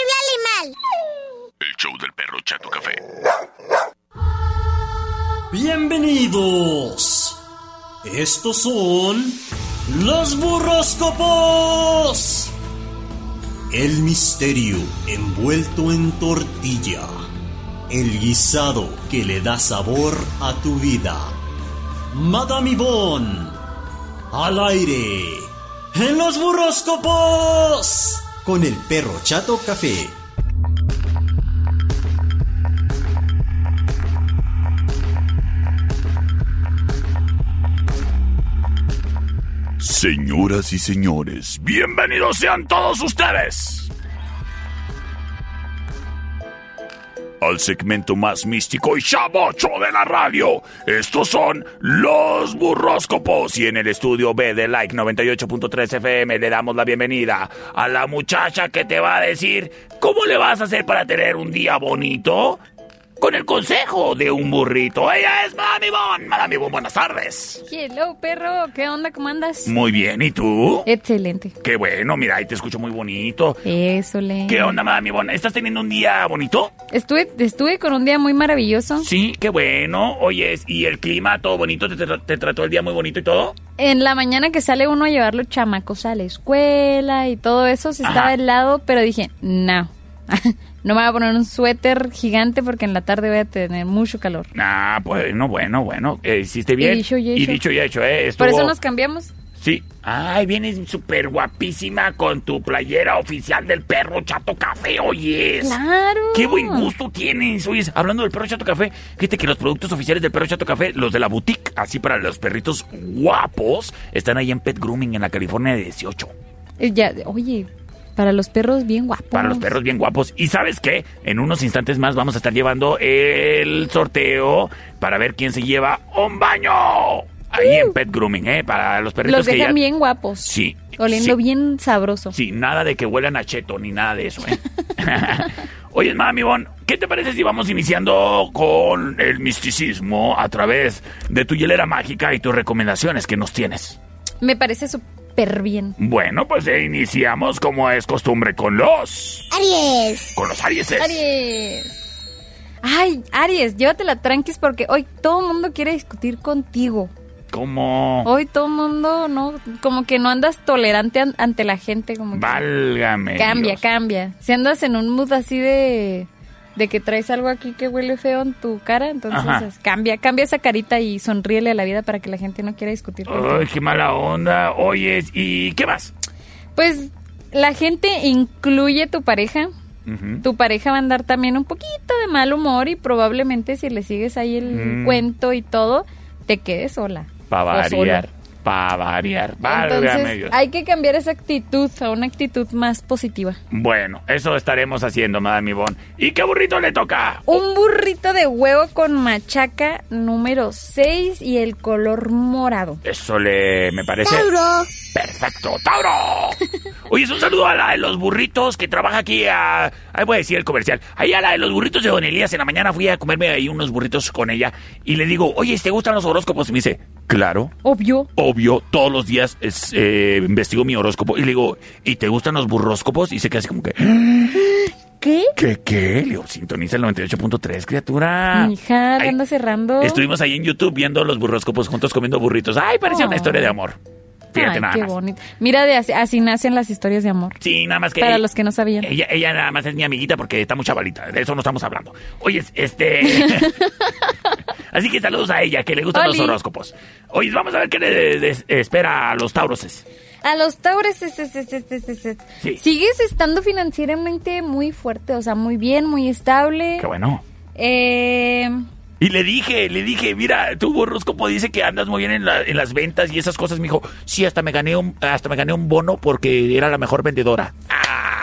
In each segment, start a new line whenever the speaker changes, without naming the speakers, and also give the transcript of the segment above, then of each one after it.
Mundial.
El show del perro Chato Café.
Bienvenidos. Estos son los burroscopos. El misterio envuelto en tortilla. El guisado que le da sabor a tu vida. Madame Yvonne. Al aire. En los burroscopos. Con el perro chato café.
Señoras y señores, bienvenidos sean todos ustedes al segmento más místico y chavocho de la radio. Estos son los burróscopos y en el estudio B de Like 98.3 FM le damos la bienvenida a la muchacha que te va a decir cómo le vas a hacer para tener un día bonito con el consejo de un burrito. Ella es Madame Ivonne. Madame Ivonne, buenas tardes.
Hello, perro. ¿Qué onda? ¿Cómo andas?
Muy bien, ¿y tú?
Excelente.
Qué bueno, mira, ahí te escucho muy bonito.
Eso, le.
¿Qué onda, Madame Ivonne? ¿Estás teniendo un día bonito?
Estuve, estuve con un día muy maravilloso.
Sí, qué bueno. Oye, ¿y el clima todo bonito? ¿Te, tra- te trató el día muy bonito y todo?
En la mañana que sale uno a llevar los chamacos a la escuela y todo eso, se
Ajá.
estaba helado, pero dije, no. no me voy a poner un suéter gigante porque en la tarde voy a tener mucho calor.
Ah, bueno, bueno, bueno. Eh, hiciste bien.
Y dicho y hecho.
dicho y hecho, ¿eh?
Por
Estuvo-
eso nos cambiamos.
Sí. Ay, vienes súper guapísima con tu playera oficial del perro Chato Café, oye.
Claro.
Qué buen
Mm.
gusto tienes. Oye, hablando del perro Chato Café, fíjate que los productos oficiales del perro Chato Café, los de la boutique, así para los perritos guapos, están ahí en Pet Grooming, en la California de 18.
Eh, Ya, oye, para los perros bien guapos.
Para los perros bien guapos. Y sabes qué? En unos instantes más vamos a estar llevando el sorteo para ver quién se lleva un baño. Ahí en Pet Grooming, ¿eh? Para los perritos
Uh. Los
que
dejan
ya...
bien guapos.
Sí.
Oliendo
sí.
bien sabroso.
Sí, nada de que huelan a cheto ni nada de eso, ¿eh? Oye, Mami Bon, ¿qué te parece si vamos iniciando con el misticismo a través de tu hielera mágica y tus recomendaciones que nos tienes?
Me parece súper bien.
Bueno, pues eh, iniciamos como es costumbre con los...
Aries.
Con los arieses.
Aries. Ay, Aries, llévatela tranquis porque hoy todo el mundo quiere discutir contigo.
¿Cómo?
Hoy todo el mundo, ¿no? Como que no andas tolerante an- ante la gente. Como que
Válgame.
cambia,
Dios.
cambia. Si andas en un mood así de, de que traes algo aquí que huele feo en tu cara, entonces
Ajá.
es- cambia, cambia esa carita y sonríele a la vida para que la gente no quiera discutir contigo.
Ay, qué mala onda. Oyes, ¿y qué más?
Pues la gente incluye tu pareja.
Ujú.
tu pareja va a andar también un poquito de mal humor y probablemente si le sigues ahí el
Mm.
cuento y todo, te quedes sola.
Pa'
o
variar.
Pues solo.
Pa' variar. Válgame
Entonces
Dios.
hay que cambiar esa actitud a una actitud más positiva.
Bueno, eso estaremos haciendo, Madame Ivonne. ¿Y qué burrito le toca?
Un burrito de huevo con machaca número 6 y el color morado.
Eso le me parece
Tauro.
perfecto. ¡Tauro! Oye, es un saludo a la de los burritos que trabaja aquí a. Ahí voy a decir el comercial. Ahí a la de los burritos de Don Elías. En la mañana fui a comerme ahí unos burritos con ella. Y le digo, oye, ¿te gustan los horóscopos? Y me dice, claro.
Obvio.
obvio, todos los días es, eh, investigo mi horóscopo y le digo, ¿y te gustan los burróscopos? Y se queda así como que,
¿Qué?
¿qué, qué? Le digo, sintoniza el 98.3, criatura.
Mija, le
Ah, Ay,
anda cerrando.
Estuvimos ahí en YouTube viendo los burróscopos juntos comiendo burritos. Ay, parecía una
Oh.
historia de amor. Fíjate
Ay,
nada
qué
más.
bonito. Mira, de así, así nacen las historias de amor.
Sí, nada más que...
Para los que no sabían.
Ella, ella nada más es mi amiguita porque está muy chavalita. De eso no estamos hablando. Oye, este. Así que saludos a ella, que le gustan los
Oli.
horóscopos. Oye, vamos a ver qué le les espera a los tauroses.
A los Taures, es- es- es- es- es- es- es.
Sí.
sigues estando financieramente muy fuerte, o sea, muy bien, muy estable.
Qué bueno.
Eh,
Y le dije, le dije, mira, tu horóscopo dice que andas muy bien en, la- en las ventas y esas cosas. Me dijo, sí, hasta me gané un, hasta me gané un bono porque era la mejor vendedora.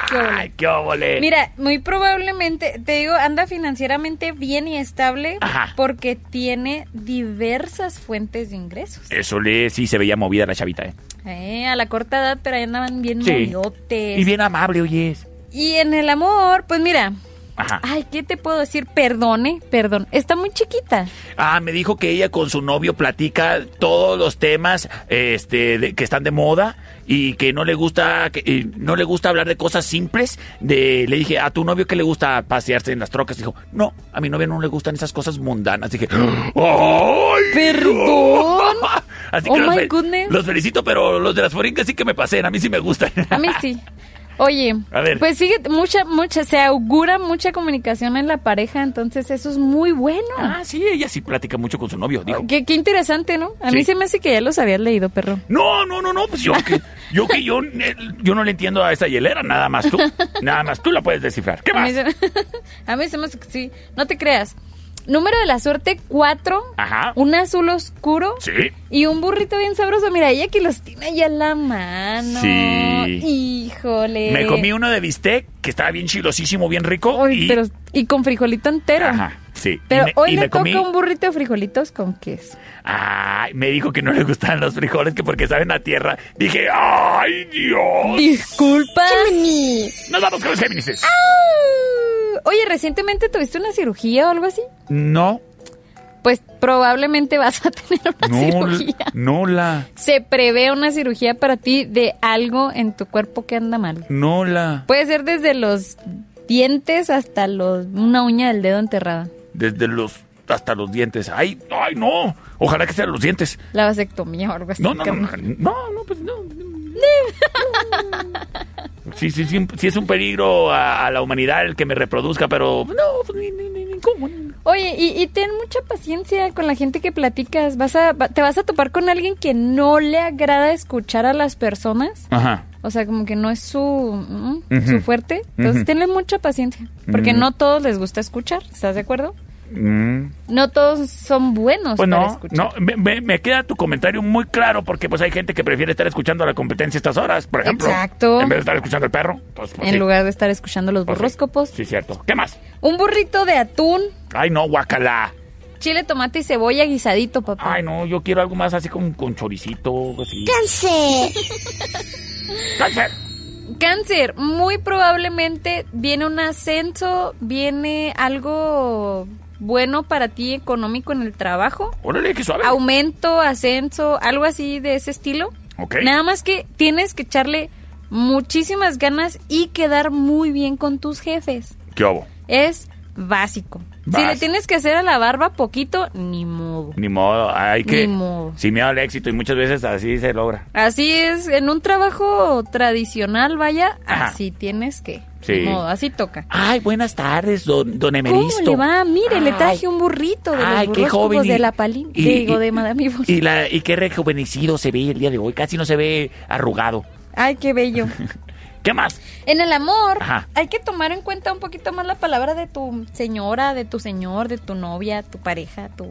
Qué óvole.
¡Ay, qué óvole!
mira, muy probablemente, te digo, anda financieramente bien y estable
Ajá.
porque tiene diversas fuentes de ingresos.
Eso le, sí, se veía movida la chavita, ¿eh?
Eh, a la corta edad, pero ahí andaban bien
Sí.
movidotes.
Y bien amable, oyes.
Y en el amor, pues mira,
Ajá.
Ay, ¿qué te puedo decir? Perdone, perdón. Está muy chiquita.
Ah, me dijo que ella con su novio platica todos los temas este, de- que están de moda y que no le gusta que, y no le gusta hablar de cosas simples. De, le dije, ¿a tu novio que le gusta pasearse en las trocas? Dijo, no, a mi novio no le gustan esas cosas mundanas. Dije, ¡ay!
Perdón.
Así
Oh
los,
my
fe-
goodness.
los felicito, pero los de las foringas sí que me pasen, a mí sí me gustan.
A mí sí. Oye,
A ver.
pues sigue mucha, mucha, se augura mucha comunicación en la pareja, entonces eso es muy bueno.
Ah, sí, ella sí platica mucho con su novio, dijo.
Qué, qué interesante, ¿no? A mí
Sí.
se me hace que ya los habías leído, perro.
No, no, no, no, pues yo que yo que yo, eh, yo no le entiendo a esa hielera, nada más tú. Nada más tú la puedes descifrar. ¿Qué
A mí,
más?
se, a mí se me hace que sí. No te creas. Número de la suerte, cuatro.
Ajá.
Un azul oscuro.
Sí.
Y un burrito bien sabroso. Mira, ella que los tiene ya la mano.
Sí.
Híjole.
Me comí uno de bistec que estaba bien chilosísimo, bien rico
Eh, Ay,
y
pero- y con frijolito entero.
Ajá, sí.
Pero
y me,
hoy
y
le
me
toca
comí
un burrito de frijolitos con queso.
Ay, me dijo que no le gustaban los frijoles que porque saben a tierra. Dije, "Ay, Dios."
Disculpa.
Nos vamos con los Géminis.
Ah. Oye, recientemente tuviste una cirugía o algo así.
No,
Pues probablemente vas a tener una
no,
cirugía.
no la,
Se prevé una cirugía para ti de algo en tu cuerpo que anda mal.
no la.
Puede ser desde los dientes hasta los, una uña del dedo enterrada.
Desde los hasta los dientes. Ay, ay, no. Ojalá que sean los dientes.
La vasectomía o algo así.
No, no, no,
cabrón.
no, no, no, pues no. Sí, sí, sí, sí es un peligro a, a la humanidad el que me reproduzca, pero no, pues, ni, ni, ni, ni cómo. ni-
Oye, y, y ten mucha paciencia con la gente que platicas. Vas a, va- te vas a topar con alguien que no le agrada escuchar a las personas.
Ajá.
O sea, como que no es su, mm,
Ujú.
su fuerte. Entonces,
Ujú.
tenle mucha paciencia. Porque
Mm.
no todos les gusta escuchar. ¿Estás de acuerdo?
Mm.
No todos son buenos
Pues
para
no,
escuchar.
no me, me- me queda tu comentario muy claro porque pues hay gente que prefiere estar escuchando a la competencia estas horas, por ejemplo.
Exacto.
En vez de estar escuchando al perro. Entonces, pues,
en
sí,
lugar de estar escuchando los
pues, sí.
borróscopos.
Sí, cierto. ¿Qué más?
Un burrito de atún,
Ay, no, guacala.
chile, tomate y cebolla guisadito, papá.
Ay, no, yo quiero algo más así como con choricito, así. ¡Cáncer!
Cáncer, muy probablemente viene un ascenso, viene algo bueno para ti económico en el trabajo.
Órale, qué suave.
Aumento, ascenso, algo así de ese estilo.
Ok.
Nada más que tienes que echarle muchísimas ganas y quedar muy bien con tus jefes.
¿Qué hago?
Es básico. Si
Básico.
le tienes que hacer a la barba poquito, ni modo.
Ni modo, hay que.
Ni modo.
Sin miedo al éxito, y muchas veces así se logra.
Así es, en un trabajo tradicional, vaya,
Ajá.
así tienes que.
Sí.
Ni modo, así toca.
Ay, buenas tardes, don, don
¿Cómo
Everisto.
le va? Mire, le
Ay,
traje un burrito de
ay,
los
qué joven.
burros
y-
de la palín,
y-
digo,
y-
de Madame Ibos.
Y, la, y qué rejuvenecido se ve el día de hoy, casi no se ve arrugado.
Ay, qué bello.
¿Qué más?
En el amor,
Ajá.
hay que tomar en cuenta un poquito más la palabra de tu señora, de tu señor, de tu novia, tu pareja, tu...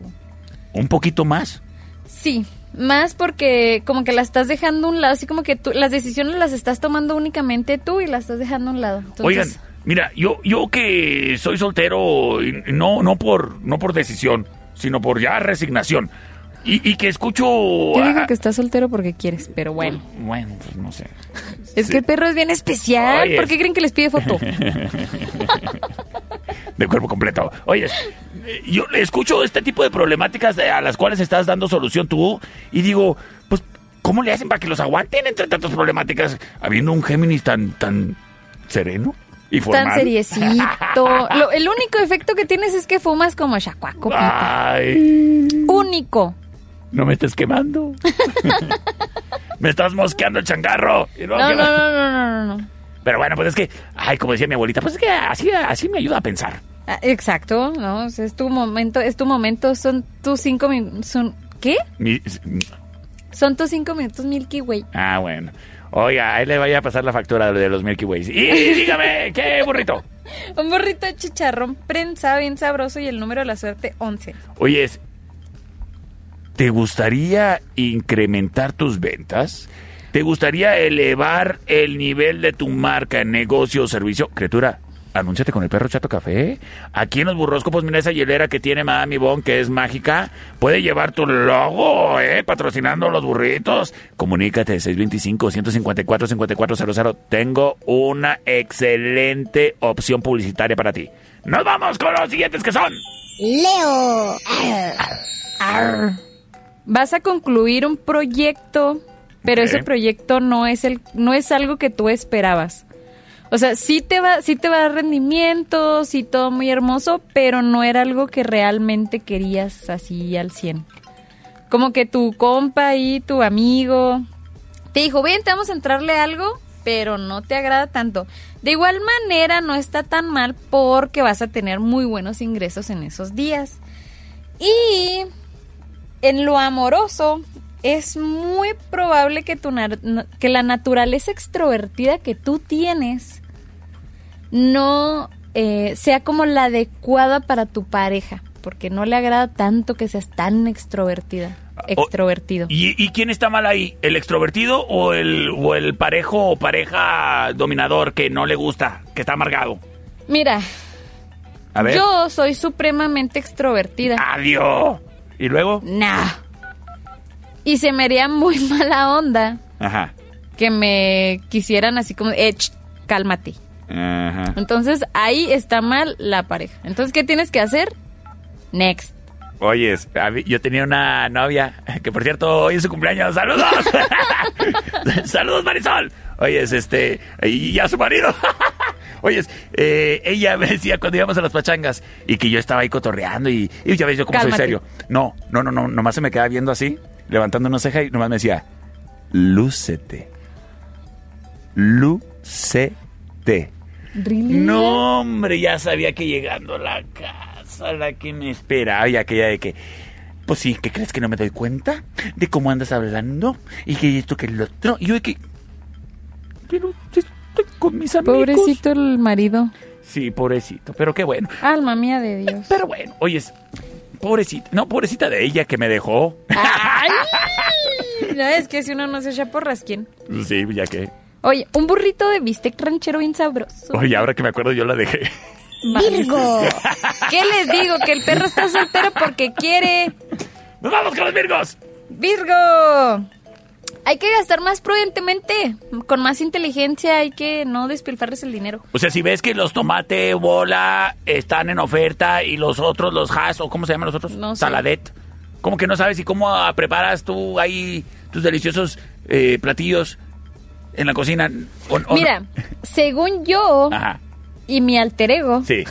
Un poquito más.
Sí, más porque como que la estás dejando a un lado, así como que tú, las decisiones las estás tomando únicamente tú y las estás dejando a un lado. Entonces,
Oigan, mira, yo, yo que soy soltero, y no, no, por, no por decisión, sino por ya resignación. Y, y que escucho.
Yo digo
ah,
que estás soltero porque quieres, pero bueno.
Bueno, pues no sé.
Es que el perro es bien especial.
Oye.
¿Por qué creen que les pide foto?
de cuerpo completo. Oye, eh, yo escucho este tipo de problemáticas eh, a las cuales estás dando solución tú y digo, pues, ¿cómo le hacen para que los aguanten entre tantas problemáticas habiendo un Géminis tan, tan sereno y formal?
Tan seriecito. Lo- el único efecto que tienes es que fumas como chacuaco.
Ah.
Pita.
Ay,
Único.
no me estés quemando. me estás mosqueando el changarro. Y luego
No, no,
que-
no, no, no, no, no.
Pero bueno, pues es que, ay, como decía mi abuelita, pues es que así, así me ayuda a pensar.
Ah, Exacto, ¿no? O sea, Es tu momento, es tu momento, son tus cinco minutos. Son, ¿Qué?
Mi-
Son tus cinco minutos Milky Way.
Ah, bueno. Oiga, ahí le vaya a pasar la factura de los Milky Ways. Y dígame, ¿qué burrito?
Un burrito de chicharrón prensa bien sabroso y el número de la suerte 11.
Oye, es- ¿te gustaría incrementar tus ventas? ¿Te gustaría elevar el nivel de tu marca en negocio o servicio? Criatura, anúnciate con el perro Chato Café. Aquí en los burroscopos, mira esa hielera que tiene Mami Bon, que es mágica. Puede llevar tu logo, ¿eh? Patrocinando los burritos. Comunícate, 625-154-5400. Tengo una excelente opción publicitaria para ti. ¡Nos vamos con los siguientes que son!
Leo. Arr.
Arr. Vas a concluir un proyecto, pero
Ok.
ese proyecto no es el, no es algo que tú esperabas. O sea, sí te va, sí te va a dar rendimiento, sí todo muy hermoso, pero no era algo que realmente querías así al 100. Como que tu compa ahí, tu amigo, te dijo, bien, te vamos a entrarle a algo, pero no te agrada tanto. De igual manera, no está tan mal porque vas a tener muy buenos ingresos en esos días. Y en lo amoroso, es muy probable que, tu nar- que la naturaleza extrovertida que tú tienes no eh, sea como la adecuada para tu pareja, porque no le agrada tanto que seas tan extrovertida.
Ah, o-
Extrovertido.
¿Y, y quién está mal ahí? ¿El extrovertido o el, o el parejo o pareja dominador que no le gusta, que está amargado?
Mira,
A ver.
Yo soy supremamente
Ah.
extrovertida.
¡Adiós! ¿Y luego?
Nah. Y se me haría muy mala onda
Ajá.
que me quisieran así como, eh, ch, cálmate.
Ajá.
Entonces ahí está mal la pareja. Entonces, ¿qué tienes que hacer? Next.
Oyes, a mí- yo tenía una novia, que por cierto, hoy es su cumpleaños. ¡Saludos! ¡Saludos, Marisol! Oyes, este, y y a su marido. Oyes, eh, ella me decía cuando íbamos a las pachangas y que yo estaba ahí cotorreando y, y ya ves yo cómo soy
Cálmate.
serio. No, no, no, no, nomás se me quedaba viendo así, levantando una ceja y nomás me decía, lúcete. Lúcete. No, hombre, ya sabía que llegando a la casa, la que me esperaba, y aquella de que. Pues sí, ¿qué crees que no me doy cuenta? De cómo andas hablando, y que esto que el otro. Y yo de que. Pero estoy con mis amigos.
Pobrecito el marido.
Sí, pobrecito, pero qué bueno.
Alma mía de Dios.
Pero bueno, oyes, pobrecita. No, pobrecita de ella que me dejó.
Ay, no, es que si uno no se echa porras, ¿quién?
Sí, ya que.
Oye, un burrito de bistec ranchero bien sabroso.
Oye, ahora que me acuerdo, yo la dejé.
Virgo.
¿Qué les digo? Que el perro está soltero porque quiere.
¡Nos vamos con los Virgos!
Virgo. Hay que gastar más prudentemente, con más inteligencia, hay que no despilfarres el dinero.
O sea, si ves que los tomate bola están en oferta y los otros, los has, o cómo se llaman los otros,
No sé.
saladet. ¿Cómo que no sabes y cómo ah, preparas tú ahí tus deliciosos eh, platillos en la cocina? ¿O- o no?
Mira, según yo
Ajá,
y mi alter ego,
sí.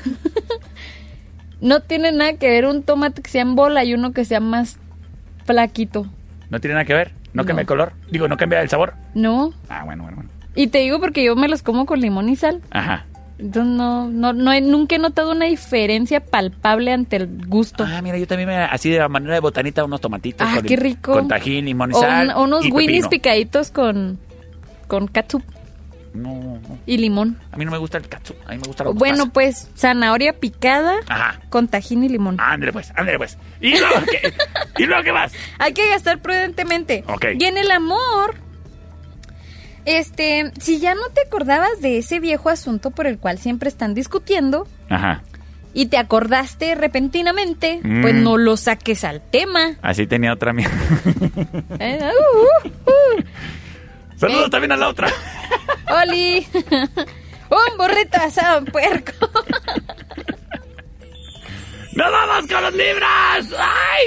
no tiene nada que ver un tomate que sea en bola y uno que sea más plaquito,
No tiene nada que ver. No
No.
cambia el color. Digo, no cambia el sabor.
¿no?
Ah, bueno, bueno, bueno.
Y te digo porque yo me los como con limón y sal.
Ajá.
Entonces no, no, no he- nunca he notado una diferencia palpable ante el gusto.
Ah, mira, yo también me, así de la manera de botanita unos tomatitos.
Ah,
Este, con,
qué rico.
Con tajín, limón y
O
sal.
un- unos
y
winnies
pepino.
picaditos con, con katsup
No, no.
y limón.
A mí no me gusta el katsu. A mí me gusta la
Bueno,
mostaza.
pues zanahoria picada
Ajá.
con tajín y limón.
Ándale pues, ándale pues. ¿Y luego qué, ¿Y luego qué más?
Hay que gastar prudentemente.
Ok.
Y en el amor, este, si ya no te acordabas de ese viejo asunto por el cual siempre están discutiendo
Ajá.
y te acordaste repentinamente,
Mm.
pues no lo saques al tema.
Así tenía otra mía.
Eh, uh, uh, uh.
Saludos también a la otra.
¡Oli! Un burrito asado en puerco.
¡Nos vamos con los libras! ¡Ay!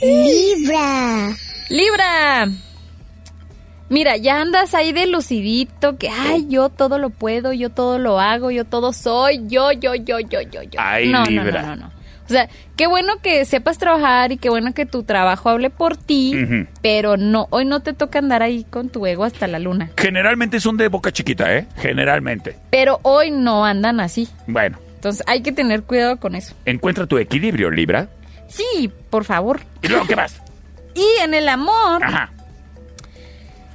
Libra.
Libra. Mira, ya andas ahí de lucidito, que ay, yo todo lo puedo, yo todo lo hago, yo todo soy, yo, yo, yo, yo, yo, yo.
Ay,
no, no,
Libra.
No, no, no. O sea, qué bueno que sepas trabajar y qué bueno que tu trabajo hable por ti,
Ujú.
pero no, hoy no te toca andar ahí con tu ego hasta la luna.
Generalmente son de boca chiquita, ¿eh? Generalmente.
Pero hoy no andan así.
Bueno,
Entonces hay que tener cuidado con eso.
encuentra tu equilibrio, Libra.
Sí, por favor.
¿Y luego qué más?
Y en el amor,
Ajá.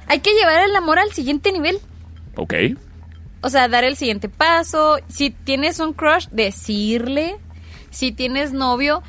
hay que llevar el amor al siguiente nivel.
Ok.
O sea, dar el siguiente paso. Si tienes un crush, decirle. Si tienes novio,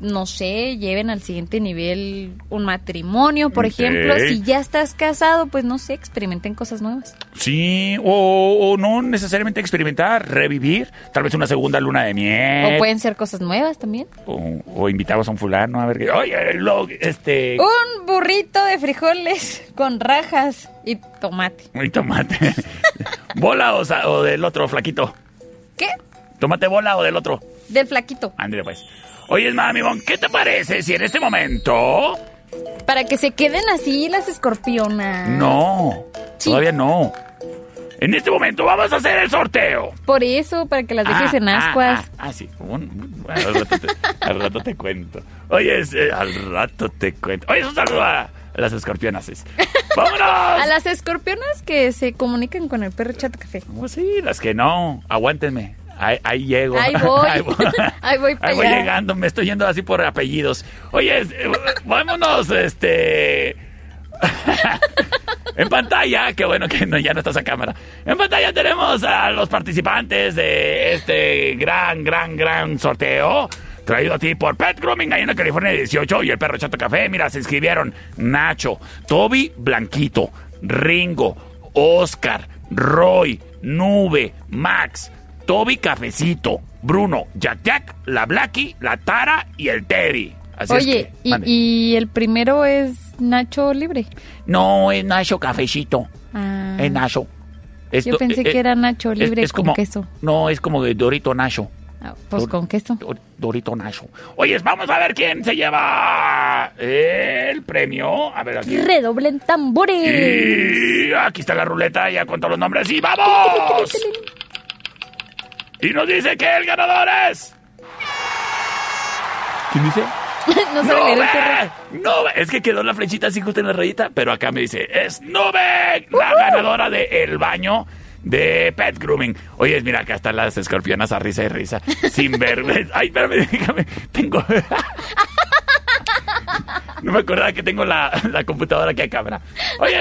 no sé, lleven al siguiente nivel un matrimonio, por ejemplo.
Ok.
Si ya estás casado, pues no sé, experimenten cosas nuevas.
Sí, o, o no necesariamente experimentar, revivir, tal vez una segunda luna de miel.
O pues. pueden ser cosas nuevas también.
o, o invitamos a un fulano a ver qué. Oye, lo- este.
Un burrito de frijoles con rajas y tomate.
y tomate. ¿Bola o, sa- o del otro, flaquito?
¿Qué?
¿Tomate bola o del otro?
Del flaquito.
Ándale, pues. Oye, mami, Bon, ¿qué te parece si en este momento.
Para que se queden así las escorpionas.
No,
Sí.
todavía no. En este momento vamos a hacer el sorteo.
Por eso, para que las dejes en ascuas.
Ah, ah, sí. Un- al, rato te, al rato te cuento. Oye, es, eh, al rato te cuento. Oye, un saludo a las escorpionas. es.
A
¡Vámonos!
las escorpionas que se comunican con el perro chato café.
Pues sí, las que no. Aguántenme. Ahí, ahí llego.
Ahí voy.
Ahí
Ahí
voy,
voy pa' allá.
llegando. Me estoy yendo así por apellidos. Oye, es, eh, vámonos, este... En pantalla, qué bueno que no, ya no estás a cámara. En pantalla tenemos a los participantes de este gran, gran, gran sorteo. Traído a ti por Pet Grooming, ahí en la California 18 y el perro Chato Café. Mira, se inscribieron Nacho, Toby Blanquito, Ringo, Oscar, Roy, Nube, Max, Toby Cafecito, Bruno, Jack Jack, la Blackie, la Tara y el Teddy. Así es
Oye,
que-
y-
mande.
y, el primero es Nacho Libre.
No, es Nacho Cafecito.
Ah.
Es Nacho. Es
Yo
do-
pensé
eh,
que era Nacho
es-
libre
es
con
como-
queso.
No, es como de Dorito Nacho.
Ah, Pues
Dor-
con queso.
Dor- Dorito Nacho. Oye, vamos a ver quién se lleva el premio. A ver aquí.
Redoblen tambores.
Y aquí está la ruleta ya con todos los nombres. ¡Y vamos! Y nos dice que el ganador es... ¿Quién dice?
no sabe leer el perro.
¡Nube! ¡Nube! Es que quedó la flechita así justo en la rayita, pero acá me dice, es Nube, la ganadora de El Baño de Pet Grooming. Oye, mira, acá están las escorpionas a risa y risa, sin vergüenza. Ay, espérame, déjame, tengo... No me acordaba que tengo la, la computadora aquí a cámara. Oye,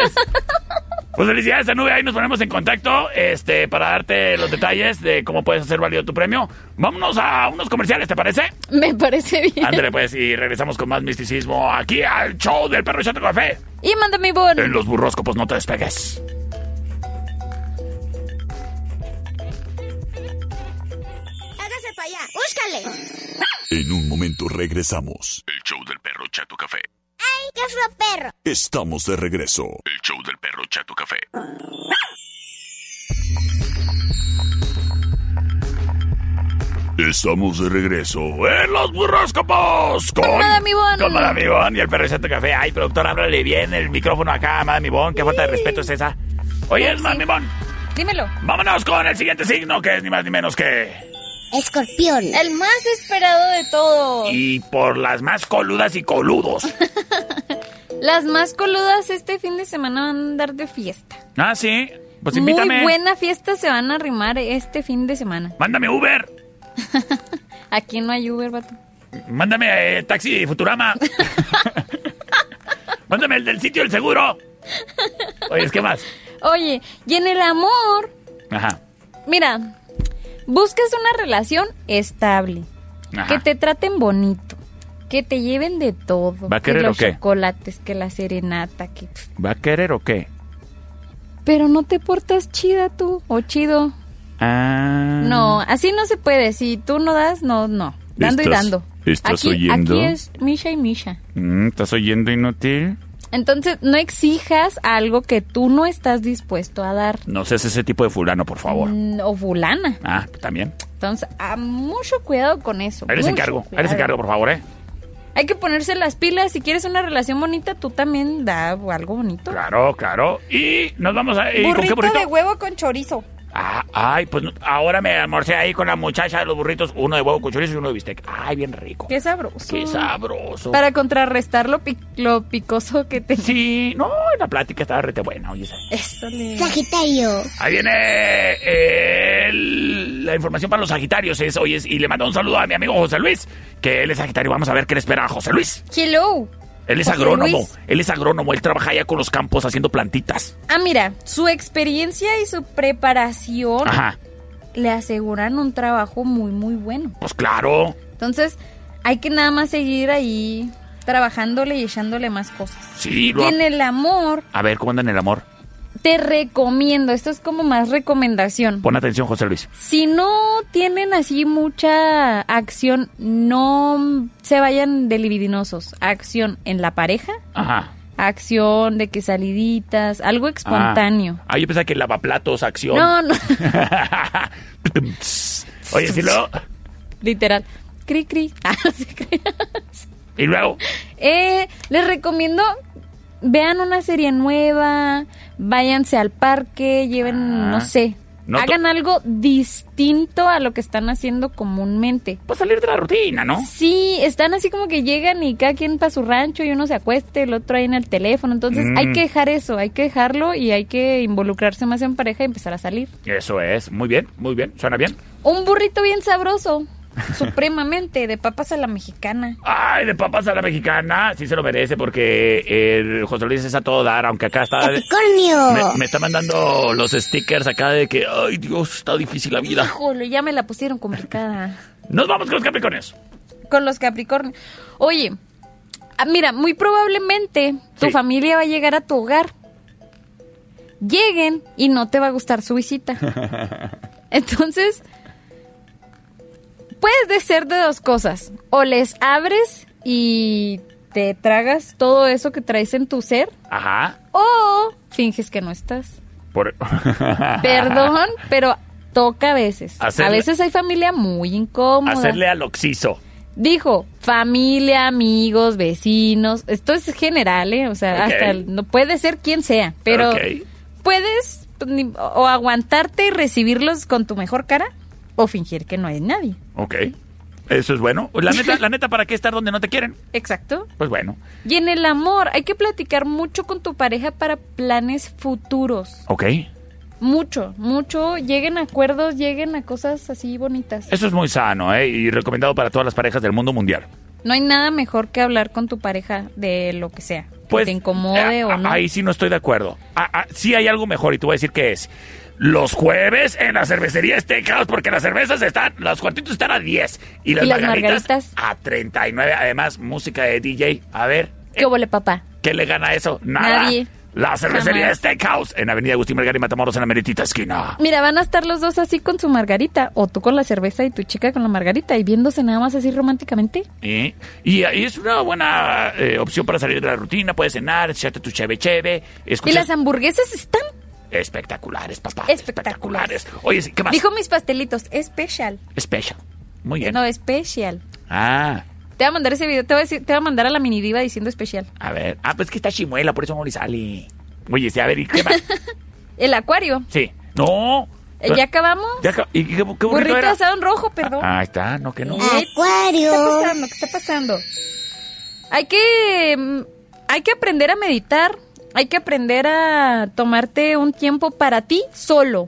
pues felicidades a Nube, ahí nos ponemos en contacto este, para darte los detalles de cómo puedes hacer válido tu premio. Vámonos a unos comerciales, ¿te parece?
Me parece bien.
Ándale pues y regresamos con más misticismo aquí al show del perro Chato Café.
Y manda mi bon.
En los burróscopos no te despegues.
Hágase para allá. Búscale.
En un momento regresamos.
El show del perro Chato Café.
¡Ay, qué feo perro!
Estamos de regreso.
El show del perro Chato Café. Estamos de regreso en los burróscopos con,
Madame Ivonne.
con Madame Ivonne y el perro Chato Café. Ay, productor, háblale bien el micrófono acá, Madame Ivonne. Qué falta de respeto es esa. Oye,
Sí.
Madame Ivonne,
Dímelo.
vámonos con el siguiente signo que es ni más ni menos que...
Escorpión.
El más esperado de todos.
Y por las más coludas y coludos.
Las más coludas este fin de semana van a andar de fiesta.
Ah, sí. Pues
Muy
invítame.
buena fiesta se van a arrimar este fin de semana.
Mándame Uber.
Aquí no hay Uber, vato.
Mándame eh, taxi Futurama. Mándame el del sitio del seguro. Oye, ¿qué más?
Oye, y en el amor,
Ajá.
mira, buscas una relación estable,
Ajá.
que te traten bonito, que te lleven de todo.
¿Va a querer
que los
o qué?
chocolates, que la serenata, que...
¿Va a querer o qué?
Pero no te portas chida tú, o chido.
Mm. Ah.
No, así no se puede. Si tú no das, no, no. Dando y
¿Estás-
dando.
estás
aquí,
oyendo?
Aquí es Misha y Misha.
Mm, ¿Estás oyendo inútil?
Entonces, no exijas algo que tú no estás dispuesto a dar.
No seas ese tipo de fulano, por favor.
Mm, O fulana.
Ah, también.
Entonces, a mucho cuidado con eso.
Ahí les
mucho
encargo. Ahí les
cuidado.
encargo, por favor, ¿eh?
Hay que ponerse las pilas. Si quieres una relación bonita, tú también da algo bonito.
Claro, claro. Y nos vamos a... ¿y con qué
burrito,
burrito?
de huevo con chorizo.
Ah, ay, pues no- ahora me almorcé ahí con la muchacha de los burritos, uno de huevo con chorizo y uno de bistec. Ay, bien rico.
Qué sabroso.
Qué sabroso.
Para contrarrestar lo, pic- lo picoso que te...
Sí, no, la plática estaba rete buena, oye. esa.
Eso le...
Sagitario.
Ahí viene eh, el- la información para los sagitarios, es, oye, es- y le mando un saludo a mi amigo José Luis, que él es sagitario, vamos a ver qué le espera a José Luis.
Hello.
Él es
José
agrónomo,
Luis.
él es agrónomo, él trabaja allá con los campos haciendo plantitas.
Ah, mira, su experiencia y su preparación
Ajá,
le aseguran un trabajo muy, muy bueno.
pues claro.
Entonces, hay que nada más seguir ahí trabajándole y echándole más cosas.
Sí,
Y
lo...
en el amor,
A ver, ¿cómo anda en el amor?
te recomiendo, esto es como más recomendación.
Pon atención, José Luis.
Si no tienen así mucha acción, no se vayan de libidinosos. Acción en la pareja,
Ajá.
acción de que saliditas, algo espontáneo.
Ah, yo pensaba que lavaplatos, acción.
No, no,
Oye, sí, luego.
literal. Cri, cri. Ah, sí, cri.
Y luego.
Eh, les recomiendo vean una serie nueva, váyanse al parque, lleven,
Ah.
no sé,
No to-
hagan algo distinto a lo que están haciendo comúnmente.
Pues salir de la rutina, ¿no?
Sí, están así como que llegan y cada quien para su rancho y uno se acueste, el otro ahí en el teléfono. Entonces
Mm.
hay que dejar eso, hay que dejarlo y hay que involucrarse más en pareja y empezar a salir.
Eso es. Muy bien, muy bien. ¿Suena bien?
Un burrito bien sabroso, supremamente, de papas a la mexicana.
Ay, de papas a la mexicana. Sí se lo merece porque eh, José Luis es a todo dar, aunque acá está.
Capricornio.
Me, me está mandando los stickers acá de que, ay Dios, está difícil la vida.
Híjole, ya me la pusieron complicada.
Nos vamos con los Capricornios.
con los Capricornio. Oye, ah, mira, muy probablemente tu
Sí.
familia va a llegar a tu hogar. Lleguen y no te va a gustar su visita. Entonces, puedes de ser de dos cosas. O les abres y te tragas todo eso que traes en tu ser.
Ajá.
O finges que no estás.
Por... Ah.
Perdón, pero toca a veces.
Hacerle-
A veces hay familia muy incómoda.
Hacerle al oxiso.
Dijo familia, amigos, vecinos. Esto es general, ¿eh? O sea,
Ok.
hasta el- no puede ser quien sea, pero
Ok.
puedes pues, ni- o aguantarte y recibirlos con tu mejor cara o fingir que no hay nadie.
Ok. Eso es bueno. Pues La neta, la neta, ¿para qué estar donde no te quieren?
Exacto.
Pues bueno.
Y en el amor, hay que platicar mucho con tu pareja para planes futuros.
Ok.
Mucho, mucho. Lleguen a acuerdos, lleguen a cosas así bonitas.
Eso es muy sano, ¿eh? Y recomendado para todas las parejas del mundo mundial.
No hay nada mejor que hablar con tu pareja de lo que sea. Que te incomode
eh,
o no.
Ahí sí no estoy de acuerdo. Ah, ah, sí hay algo mejor y tú voy a decir que es. Los jueves en la cervecería Steakhouse, porque las cervezas están, los cuartitos están a 10 y las,
Y las
margaritas,
margaritas.
a 39. Además, música de DJ. A ver, ¿eh?
¿Qué huele, papá?
¿qué le gana a eso? Nada.
Nadie.
La cervecería
Jamás.
Steakhouse en Avenida Agustín Margarita Matamoros en la meritita esquina.
Mira, van a estar los dos así con su margarita, o tú con la cerveza y tu chica con la margarita, y viéndose nada más así románticamente.
¿Eh? Y, ahí es una buena eh, opción para salir de la rutina. Puedes cenar, echarte tu cheve cheve,
Y
escuchar.
las hamburguesas están,
Espectaculares, papá.
Espectaculares.
Espectaculares. Oye, sí, ¿qué más?
dijo mis pastelitos, especial.
Special. Muy bien.
No, especial.
Ah,
Te voy a mandar ese video, te voy a, decir- te voy a mandar a la mini diva diciendo especial.
a ver. Ah, pues que está chimuela, por eso no le sale. Oye, sí, a ver, ¿y qué más?
El acuario.
Sí. No.
Eh, Ya acabamos.
Ya acab- ¿Y qué, qué bonito
Burrito
era?
asado en rojo, perdón.
Ah, ahí está, no que no.
¿Qué está
Acuario.
pasando? ¿Qué está pasando? Hay que, mm, hay que aprender a meditar, hay que aprender a tomarte un tiempo para ti solo.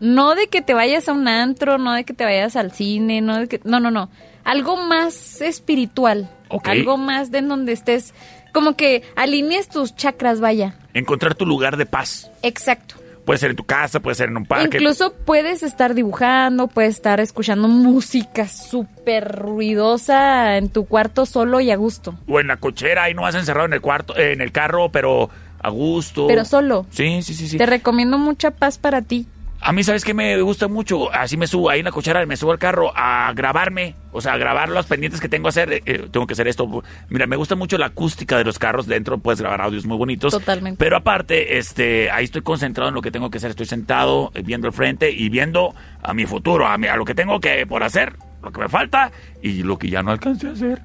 No de que te vayas a un antro, no de que te vayas al cine, no de que, no, no, no. Algo más espiritual,
Ok.
algo más de en donde estés, como que alinees tus chakras, vaya.
Encontrar tu lugar de paz.
Exacto.
Puede ser en tu casa, puede ser en un parque.
Incluso puedes estar dibujando, puedes estar escuchando música súper ruidosa en tu cuarto solo y a gusto.
O en la cochera, y no has encerrado en el cuarto, eh, en el carro, pero a gusto.
Pero solo.
Sí, sí, sí, Oh. sí.
Te recomiendo mucha paz para ti.
A mí, ¿sabes qué me gusta mucho? Así me subo ahí en la cochera, me subo al carro a grabarme, o sea, a grabar los pendientes que tengo que hacer. eh, eh, tengo que hacer esto. Mira, me gusta mucho la acústica de los carros. Dentro puedes grabar audios muy bonitos.
Totalmente.
Pero aparte, este, ahí estoy concentrado en lo que tengo que hacer. Estoy sentado, eh, viendo el frente y viendo a mi futuro, a, mi- a lo que tengo que por hacer, lo que me falta y lo que ya no alcancé a hacer.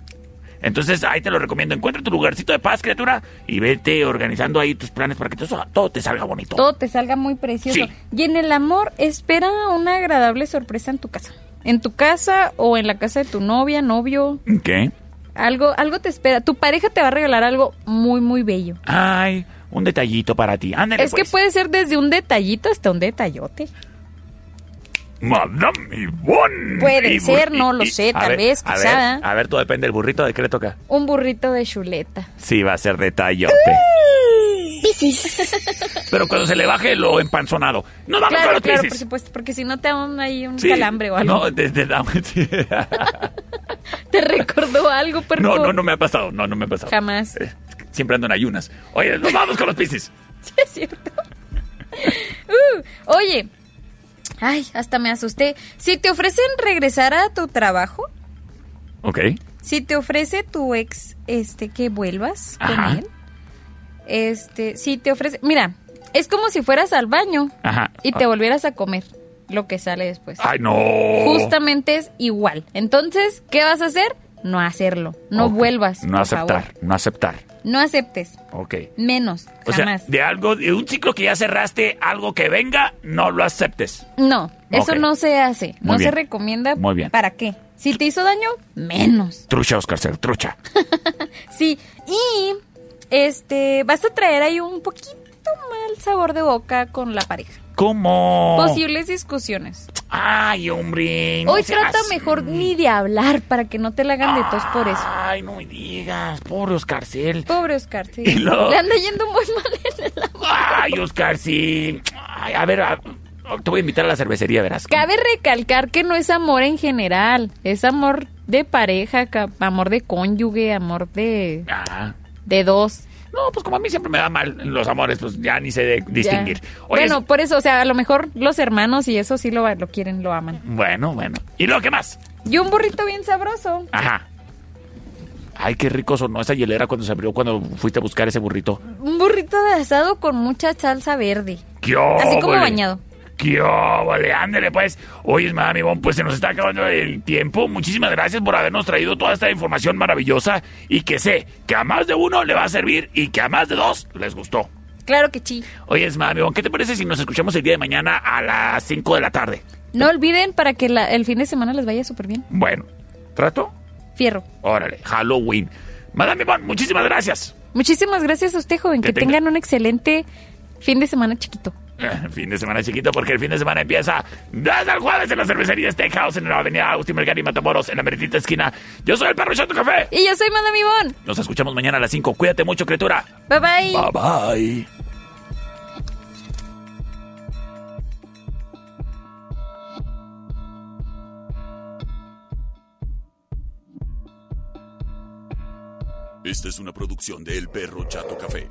Entonces ahí te lo recomiendo. Encuentra tu lugarcito de paz, criatura, y vete organizando ahí tus planes para que todo, todo te salga bonito.
Todo te salga muy precioso.
Sí.
Y en el amor, espera una agradable sorpresa en tu casa. En tu casa o en la casa de tu novia, novio.
¿Qué?
Algo, algo te espera. Tu pareja te va a regalar algo muy, muy bello.
Ay, un detallito para ti. Ándale,
Es que
pues.
puede ser desde un detallito hasta un detallote.
Madame Ivonne.
Puede
Y bu-
ser, no
y-
lo
y-
sé,
a
tal
ver,
vez,
a ver,
quizá.
A ver, todo depende del burrito de qué le toca.
Un burrito de chuleta.
Sí, va a ser detallote.
Piscis.
Pero cuando se le baje lo empanzonado. Ah, No vamos con
Claro,
los
claro, por
Piscis.
supuesto, porque si no te da un, ahí un
Sí.
calambre o algo.
No, desde...
Te engordó algo, pero
No, no, no me ha pasado. No, no me ha pasado.
Jamás.
Eh, siempre ando en ayunas. Oye, nos vamos con los piscis.
Sí, es cierto. Uh, oye, ay, hasta me asusté. Si te ofrecen regresar a tu trabajo,
Ok.
si te ofrece tu ex, este, que vuelvas
Ajá.
con él, este, si te ofrece, mira, es como si fueras al baño
Ajá.
y te
Ah. Oh.
volvieras a comer lo que sale después.
Ay, no.
Justamente es igual. Entonces, ¿qué vas a hacer? No hacerlo. No
Ok.
vuelvas.
No
por favor.
aceptar, no aceptar.
No aceptes.
Ok.
Menos.
O
jamás.
sea, de algo, de un ciclo que ya cerraste, algo que venga, no lo aceptes.
No, eso
Ok.
no se hace. no
Muy
se
bien.
recomienda.
Muy bien.
¿Para qué? Si te hizo daño, menos.
Trucha, Oscar, ser trucha.
Sí. Y este vas a traer ahí un poquito mal sabor de boca con la pareja.
¿Cómo?
Posibles discusiones.
Ay, hombre. no
Hoy
seas-
trata mejor ni de hablar para que no te la hagan de tos por eso.
Ay, no me digas, pobre Oscarcel.
Pobre Oscar, sí.
Y luego-
Le anda yendo muy mal en el amor.
Ay, Oscar, sí. Ay, a ver, a- te voy a invitar a la cervecería, verás.
Cabe recalcar que no es amor en general, es amor de pareja, ca- amor de cónyuge, amor de,
Ah.
de dos.
No, pues como a mí siempre me da mal en los amores, pues ya ni sé de distinguir.
Ya.
Oye,
bueno, por eso, o sea, a lo mejor los hermanos y eso sí lo, lo quieren, lo aman.
bueno, bueno. ¿Y luego qué más?
Y un burrito bien sabroso.
Ajá. Ay, qué rico sonó esa hielera cuando se abrió, cuando fuiste a buscar ese burrito.
Un burrito de asado con mucha salsa verde.
¡Qué
Así como
óvole!
bañado.
¡Qué óvole! Ándale, pues. Oye, Mami Bon, pues se nos está acabando el tiempo. Muchísimas gracias por habernos traído toda esta información maravillosa y que sé que a más de uno le va a servir y que a más de dos les gustó.
Claro que sí.
Oye, Mami Bon, ¿qué te parece si nos escuchamos el día de mañana a las 5 de la tarde?
No olviden para que la- el fin de semana les vaya súper bien.
Bueno, ¿trato?
Fierro.
Órale, Halloween. Madame Bon, muchísimas gracias.
Muchísimas gracias a usted, joven.
Que
Que,
tenga-
tengan un excelente fin de semana chiquito.
Fin de semana chiquito, porque el fin de semana empieza desde el jueves en la cervecería Steakhouse en la avenida Agustín Melgar y Matamoros, en la meritita esquina. Yo soy el perro Chato Café.
Y yo soy Madame Ivonne.
Nos escuchamos mañana a las 5. Cuídate mucho, criatura.
Bye bye.
Bye bye.
Esta es una producción de El Perro Chato Café.